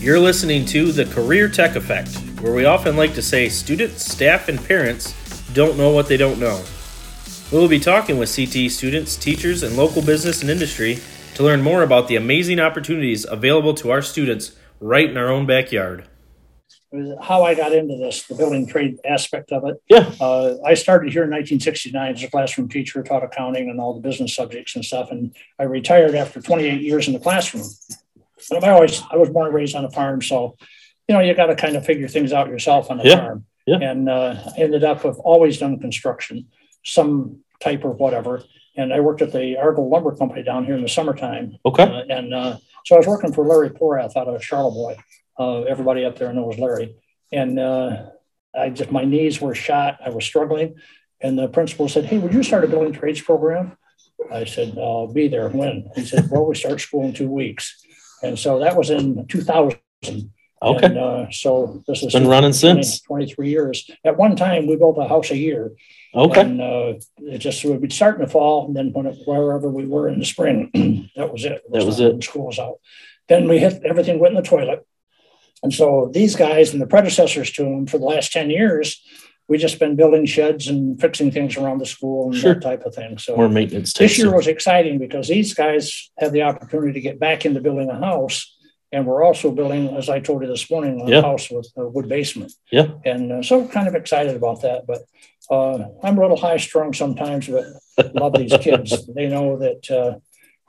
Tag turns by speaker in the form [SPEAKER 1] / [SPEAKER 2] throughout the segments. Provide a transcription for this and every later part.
[SPEAKER 1] You're listening to The Career Tech Effect, where we often like to say students, staff, and parents don't know what they don't know. We will be talking with CTE students, teachers, and local business and industry to learn more about the amazing opportunities available to our students right in our own backyard.
[SPEAKER 2] It was how I got into this, the building trade aspect of it.
[SPEAKER 1] Yeah.
[SPEAKER 2] Uh, I started here in 1969 as a classroom teacher, taught accounting and all the business subjects and stuff, and I retired after 28 years in the classroom. But I always, I was born and raised on a farm, so you know you got to kind of figure things out yourself on a
[SPEAKER 1] Yeah.
[SPEAKER 2] farm.
[SPEAKER 1] Yeah.
[SPEAKER 2] And uh, I ended up with always done construction, some type or whatever. And I worked at the Argo Lumber Company down here in the summertime,
[SPEAKER 1] Okay.
[SPEAKER 2] uh, and uh, so I was working for Larry Porath out of Charlevoix. Uh, everybody up there knows Larry. And uh, I just, my knees were shot. I was struggling. And the principal said, Hey, would you start a building trades program? I said, I'll be there when? He said, Well, we start school in two weeks. And so that was in 2000.
[SPEAKER 3] Okay.
[SPEAKER 2] And, uh, so this is
[SPEAKER 3] Been running
[SPEAKER 2] 20
[SPEAKER 3] since.
[SPEAKER 2] 23 years. At one time, we built a house a year.
[SPEAKER 3] Okay.
[SPEAKER 2] And uh, it just would be starting to fall, and then when it, wherever we were in the spring, that was it.
[SPEAKER 3] That was
[SPEAKER 2] not-
[SPEAKER 3] it.
[SPEAKER 2] School was out. Then we hit everything went in the toilet, and so these guys and the predecessors to them for the last ten years, we just been building sheds and fixing things around the school and
[SPEAKER 3] Sure.
[SPEAKER 2] that type of thing. So
[SPEAKER 3] More maintenance
[SPEAKER 2] this
[SPEAKER 3] takes.
[SPEAKER 2] year was exciting because these guys had the opportunity to get back into building a house. And we're also building, as I told you this morning, a
[SPEAKER 3] Yeah.
[SPEAKER 2] house with a wood basement.
[SPEAKER 3] Yeah.
[SPEAKER 2] And uh, so kind of excited about that. But uh, I'm a little high strung sometimes, but love these kids. They know that uh,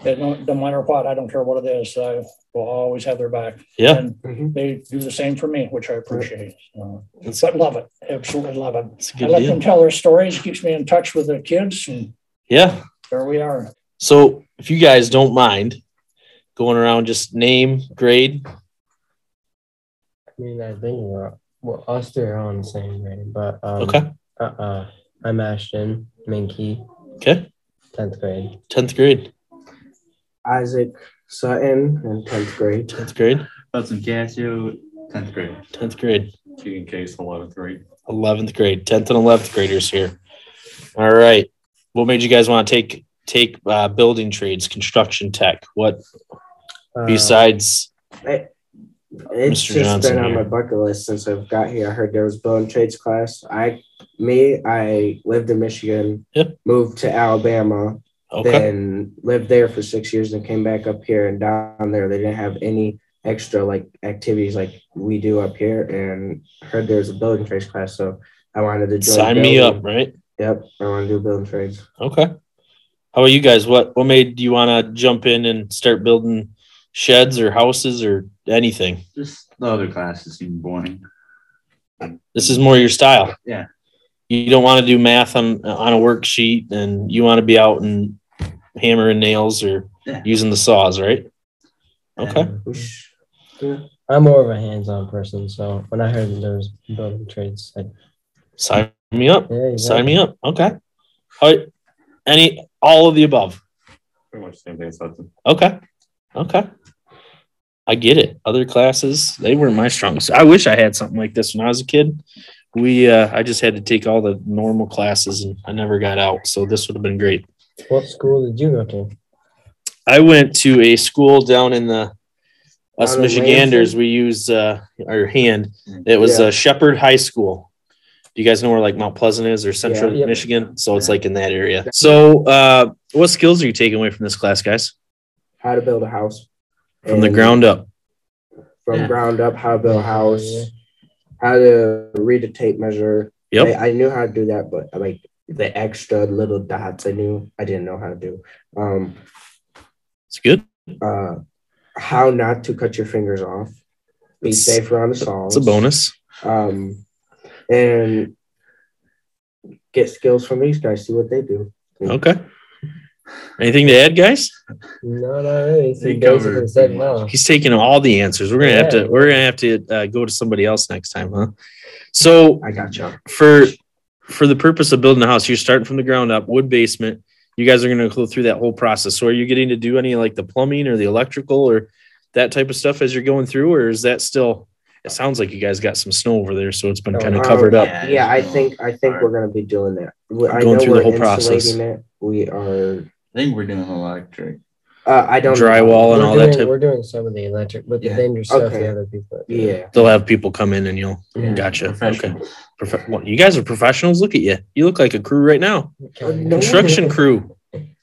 [SPEAKER 2] that no, no matter what, I don't care what it is, I will always have their back.
[SPEAKER 3] Yeah.
[SPEAKER 2] And
[SPEAKER 4] Mhm.
[SPEAKER 2] they do the same for me, which I appreciate. So,
[SPEAKER 3] That's-
[SPEAKER 2] but love it. Absolutely love it.
[SPEAKER 3] It's a
[SPEAKER 2] I
[SPEAKER 3] good
[SPEAKER 2] let
[SPEAKER 3] deal.
[SPEAKER 2] them tell their stories, keeps me in touch with the kids. And
[SPEAKER 3] Yeah.
[SPEAKER 2] there we are.
[SPEAKER 3] So if you guys don't mind going around, just name, grade.
[SPEAKER 4] I mean, I think we're well, us three are on the same grade, but um,
[SPEAKER 3] Okay.
[SPEAKER 4] Uh, uh, I'm Ashton Minky,
[SPEAKER 3] Okay.
[SPEAKER 4] tenth grade.
[SPEAKER 3] 10th grade.
[SPEAKER 5] Isaac Sutton in 10th grade.
[SPEAKER 3] 10th grade.
[SPEAKER 6] Hudson Casio, 10th grade.
[SPEAKER 3] 10th grade.
[SPEAKER 6] Keegan Case, 11th grade.
[SPEAKER 3] 11th grade. 10th and 11th graders here. All right. What made you guys want to take take uh, building trades, construction tech? What
[SPEAKER 5] Uh,
[SPEAKER 3] besides?
[SPEAKER 5] it's
[SPEAKER 3] Mr.
[SPEAKER 5] just
[SPEAKER 3] Johnson
[SPEAKER 5] been on
[SPEAKER 3] here.
[SPEAKER 5] my bucket list since I've got here. I heard there was building trades class. I, me, I lived in Michigan,
[SPEAKER 3] Yeah.
[SPEAKER 5] moved to Alabama,
[SPEAKER 3] Okay.
[SPEAKER 5] then lived there for six years and came back up here and down there they didn't have any extra like activities like we do up here and heard there was a building trades class so i wanted to join
[SPEAKER 3] Sign me
[SPEAKER 5] building.
[SPEAKER 3] up, right?
[SPEAKER 5] yep i want to do building trades
[SPEAKER 3] Okay. How about you guys? What what made you want to jump in and start building sheds or houses or anything?
[SPEAKER 6] Just the other classes seem boring.
[SPEAKER 3] This is more your style.
[SPEAKER 6] Yeah.
[SPEAKER 3] You don't want to do math on on a worksheet, and you want to be out and hammering nails or
[SPEAKER 6] Yeah.
[SPEAKER 3] using the saws, right? Okay.
[SPEAKER 4] And I'm more of a hands-on person, so when I heard that there was building trades, I,
[SPEAKER 3] Sign me up.
[SPEAKER 4] yeah,
[SPEAKER 3] Sign me up. Okay. All right. Any all of the above.
[SPEAKER 6] Pretty much the same thing as Hudson.
[SPEAKER 3] Okay. Okay. I get it. Other classes, they weren't my strong suit. I wish I had something like this when I was a kid. We uh I just had to take all the normal classes and I never got out. So this would have been great.
[SPEAKER 4] What school did you go to?
[SPEAKER 3] I went to a school down in the us
[SPEAKER 5] Down in
[SPEAKER 3] Michiganders,
[SPEAKER 5] Lansing?
[SPEAKER 3] we use uh our hand. It was
[SPEAKER 5] Yeah.
[SPEAKER 3] uh, Shepherd High School. Do you guys know where like Mount Pleasant is or central
[SPEAKER 4] Yeah. Yep.
[SPEAKER 3] Michigan? So it's like in that area. So uh what skills are you taking away from this class, guys?
[SPEAKER 5] how to build a house
[SPEAKER 3] From
[SPEAKER 4] Um,
[SPEAKER 3] the
[SPEAKER 5] And
[SPEAKER 3] ground up.
[SPEAKER 5] from
[SPEAKER 6] Yeah.
[SPEAKER 5] ground up how to build a
[SPEAKER 4] Yeah.
[SPEAKER 5] house how to read a tape measure
[SPEAKER 3] Yep.
[SPEAKER 5] I, I knew how to do that but like the extra little dots i knew i didn't know how to do um
[SPEAKER 3] It's good.
[SPEAKER 5] uh how not to cut your fingers off be
[SPEAKER 3] It's-
[SPEAKER 5] safe around the saws
[SPEAKER 3] It's a bonus.
[SPEAKER 5] um, and get skills from these guys. See what they do.
[SPEAKER 3] Okay. Anything to add, guys?
[SPEAKER 4] No, not really. So
[SPEAKER 6] They
[SPEAKER 4] you
[SPEAKER 6] covered
[SPEAKER 4] basically said
[SPEAKER 6] pretty
[SPEAKER 4] no.
[SPEAKER 3] He's taking all the answers. We're gonna have to.
[SPEAKER 4] Yeah.
[SPEAKER 3] We're gonna have to uh, go to somebody else next time, huh? So
[SPEAKER 5] I got you.
[SPEAKER 3] for for the purpose of building a house, you're starting from the ground up, wood basement. You guys are gonna go through that whole process. So are you getting to do any like the plumbing or the electrical or that type of stuff as you're going through, or is that still? It sounds like you guys got some snow over there, so it's been
[SPEAKER 4] No,
[SPEAKER 3] kind of
[SPEAKER 5] um,
[SPEAKER 3] covered up.
[SPEAKER 6] Yeah,
[SPEAKER 5] Yeah, I
[SPEAKER 6] it's, uh,
[SPEAKER 5] think I think
[SPEAKER 6] alright.
[SPEAKER 5] we're gonna be doing that. We- I
[SPEAKER 3] Going
[SPEAKER 5] know
[SPEAKER 3] through the
[SPEAKER 5] we're
[SPEAKER 3] whole
[SPEAKER 5] insulating
[SPEAKER 3] process.
[SPEAKER 5] it. We are
[SPEAKER 6] I think we're doing electric.
[SPEAKER 5] Uh, I don't
[SPEAKER 3] Drywall and
[SPEAKER 5] Know.
[SPEAKER 3] all
[SPEAKER 4] doing,
[SPEAKER 3] that type-
[SPEAKER 4] We're doing some of the electric, but
[SPEAKER 5] Yeah.
[SPEAKER 4] the dangerous stuff
[SPEAKER 5] Okay.
[SPEAKER 4] the other people.
[SPEAKER 5] Yeah.
[SPEAKER 3] They'll have people come in and you'll
[SPEAKER 4] Yeah.
[SPEAKER 3] gotcha. Okay.
[SPEAKER 6] Professional.
[SPEAKER 3] Prof- well, you guys are professionals. Look at you. You look like a crew right now.
[SPEAKER 4] Kinda
[SPEAKER 5] No.
[SPEAKER 4] good.
[SPEAKER 3] Construction crew.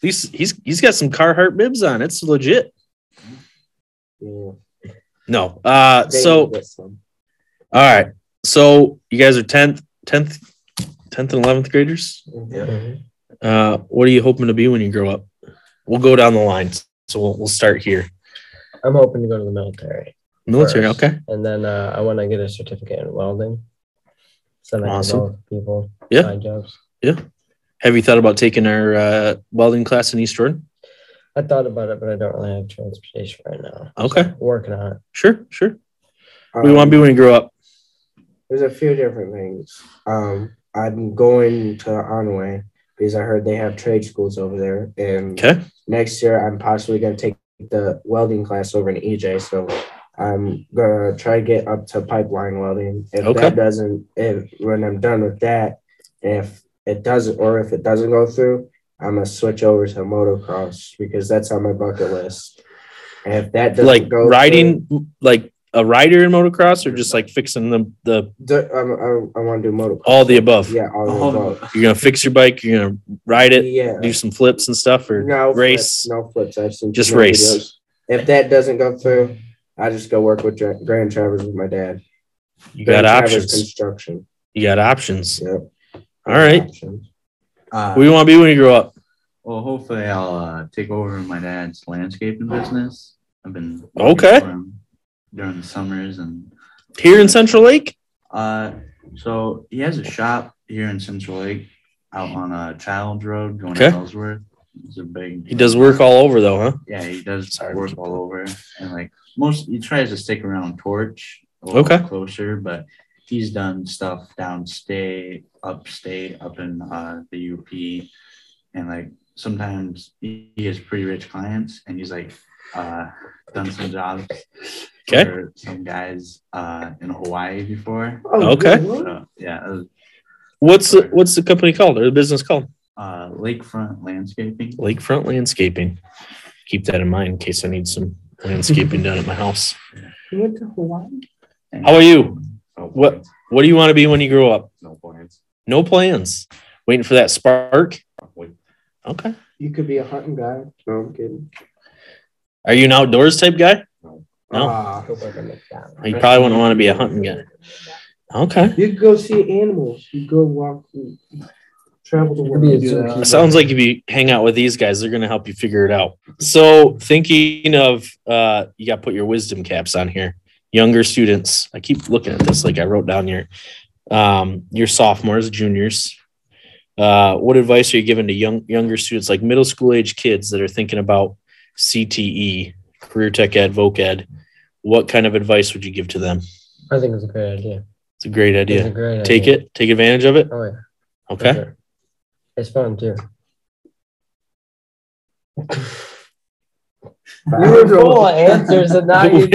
[SPEAKER 3] He's he's he's got some Carhartt bibs on. It's legit.
[SPEAKER 5] yeah.
[SPEAKER 3] No. Uh
[SPEAKER 5] They
[SPEAKER 3] so
[SPEAKER 5] need this one.
[SPEAKER 3] all right. So you guys are 10th 10th 10th and 11th graders.
[SPEAKER 4] Mhm.
[SPEAKER 3] Uh what are you hoping to be when you grow up? We'll go down the lines. So we'll, we'll start here.
[SPEAKER 4] I'm hoping to go to the military,
[SPEAKER 3] Military,
[SPEAKER 4] First.
[SPEAKER 3] okay.
[SPEAKER 4] and then uh, I want to get a certificate in welding, so that
[SPEAKER 3] Awesome.
[SPEAKER 4] I can help people
[SPEAKER 3] Yeah.
[SPEAKER 4] find jobs.
[SPEAKER 3] Have you thought about taking our uh, welding class in East Jordan?
[SPEAKER 4] I thought about it, but I don't really have transportation right now.
[SPEAKER 3] Okay.
[SPEAKER 4] Working on it.
[SPEAKER 3] Sure, sure.
[SPEAKER 5] Um,
[SPEAKER 3] We want to be when you grow up.
[SPEAKER 5] There's a few different things. Um, I'm going to Onway because I heard they have trade schools over there, and
[SPEAKER 3] Okay.
[SPEAKER 5] next year I'm possibly going to take the welding class over in EJ. So I'm gonna try to get up to pipeline welding. If
[SPEAKER 3] Okay.
[SPEAKER 5] that doesn't, if when I'm done with that, if it doesn't, or if it doesn't go through, I'm gonna switch over to motocross because that's on my bucket list. And if that doesn't
[SPEAKER 3] Like
[SPEAKER 5] go
[SPEAKER 3] riding like a rider in motocross or just like fixing the the
[SPEAKER 5] through, do- I'm, I'm- I want to do motocross.
[SPEAKER 3] all the Um, above.
[SPEAKER 5] Yeah, all
[SPEAKER 6] All
[SPEAKER 5] the
[SPEAKER 6] the
[SPEAKER 5] above.
[SPEAKER 3] You're gonna fix your bike, you're gonna ride it,
[SPEAKER 5] Yeah.
[SPEAKER 3] do some flips and stuff or
[SPEAKER 5] no
[SPEAKER 3] race.
[SPEAKER 5] Flips, no flips. I've seen
[SPEAKER 3] Just
[SPEAKER 5] too many
[SPEAKER 3] race.
[SPEAKER 5] videos. If that doesn't go through, I just go work with Dra- Grand Travers with my dad.
[SPEAKER 3] You got
[SPEAKER 5] Grand Traverse
[SPEAKER 3] options.
[SPEAKER 5] Construction.
[SPEAKER 3] You got options.
[SPEAKER 5] Yep.
[SPEAKER 3] All right.
[SPEAKER 5] Options.
[SPEAKER 6] Uh,
[SPEAKER 3] What do you want to be when you grow up?
[SPEAKER 6] well, hopefully I'll uh, take over my dad's landscaping business. I've been working
[SPEAKER 3] Okay.
[SPEAKER 6] for him during the summers and
[SPEAKER 3] Here in Central Lake?
[SPEAKER 6] uh, so he has a shop here in Central Lake, out on uh, Childs Road going
[SPEAKER 3] Okay.
[SPEAKER 6] to Ellsworth. It's a big.
[SPEAKER 3] He does work all over though, huh?
[SPEAKER 6] Yeah, he does
[SPEAKER 3] Sorry.
[SPEAKER 6] work all over, and like most, he tries to stick around Torch. A
[SPEAKER 3] Okay.
[SPEAKER 6] bit Closer, but he's done stuff downstate, upstate, up in uh, the UP, and like sometimes he he has pretty rich clients, and he's like uh, done some jobs
[SPEAKER 3] Okay.
[SPEAKER 6] for some guys uh, in Hawaii before.
[SPEAKER 3] Okay.
[SPEAKER 6] So, yeah, uh, that was,
[SPEAKER 3] What's the what's the company called or the business called?
[SPEAKER 6] uh, lakefront landscaping.
[SPEAKER 3] Lakefront Landscaping. Keep that in mind in case I need some landscaping done at my house.
[SPEAKER 5] You went to Hawaii?
[SPEAKER 3] How are you?
[SPEAKER 6] No
[SPEAKER 3] What-
[SPEAKER 6] points.
[SPEAKER 3] What do you want to be when you grow up?
[SPEAKER 6] No points.
[SPEAKER 3] No plans. Waiting for that spark.
[SPEAKER 6] Wait,
[SPEAKER 3] Okay.
[SPEAKER 5] You could be a hunting guy. No, I'm kidding.
[SPEAKER 3] Are you an outdoors type guy? No.
[SPEAKER 5] Ah,
[SPEAKER 4] Go work at McDonald's.
[SPEAKER 3] You probably wouldn't want to be a hunting guy. Okay.
[SPEAKER 5] you could go see animals. You go walk, you travel the world.
[SPEAKER 4] be a
[SPEAKER 5] You do that.
[SPEAKER 3] It sounds like if you hang out with these guys, they're going to help you figure it out. So, thinking of, uh, you got to put your wisdom caps on here. Younger students, I keep looking at this like I wrote down here. Um, your sophomores, juniors. Uh, what advice are you giving to young younger students, like middle school age kids that are thinking about CTE, career tech ed, voc ed? What kind of advice would you give to them?
[SPEAKER 4] I think it's a great idea.
[SPEAKER 3] It's a great
[SPEAKER 4] It's
[SPEAKER 3] idea.
[SPEAKER 4] a great
[SPEAKER 3] Take
[SPEAKER 4] idea.
[SPEAKER 3] it, take advantage of it.
[SPEAKER 4] Oh yeah. for
[SPEAKER 3] Okay.
[SPEAKER 4] sure. It's fun too. You were full of answers, and now you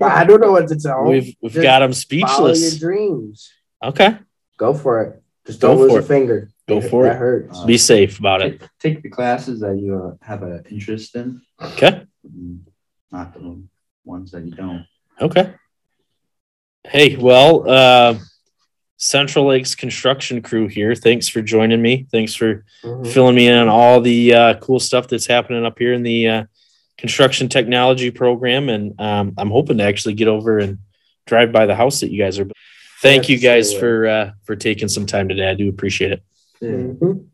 [SPEAKER 5] I don't know what to tell.
[SPEAKER 3] We've, we've
[SPEAKER 5] Just
[SPEAKER 3] got them
[SPEAKER 5] Follow your
[SPEAKER 3] speechless.
[SPEAKER 5] dreams.
[SPEAKER 3] Okay.
[SPEAKER 5] Go for it. Just
[SPEAKER 3] Go
[SPEAKER 5] don't lose
[SPEAKER 3] for
[SPEAKER 5] a
[SPEAKER 3] it.
[SPEAKER 5] finger.
[SPEAKER 3] Go for
[SPEAKER 5] that
[SPEAKER 3] it.
[SPEAKER 5] hurts.
[SPEAKER 6] Uh,
[SPEAKER 3] Be safe about it.
[SPEAKER 6] take, take the classes that you uh, have an interest in.
[SPEAKER 3] Okay.
[SPEAKER 6] not the ones that you don't.
[SPEAKER 3] Okay. Hey, well, uh, Central Lakes construction crew here. Thanks for joining me. Thanks for
[SPEAKER 5] Mhm.
[SPEAKER 3] filling me in on all the uh, cool stuff that's happening up here in the uh, construction technology program. And um, I'm hoping to actually get over and drive by the house that
[SPEAKER 4] Mm-hmm.
[SPEAKER 3] you guys are. Thank you guys for uh, for taking some time today. I do appreciate it.
[SPEAKER 5] Mhm.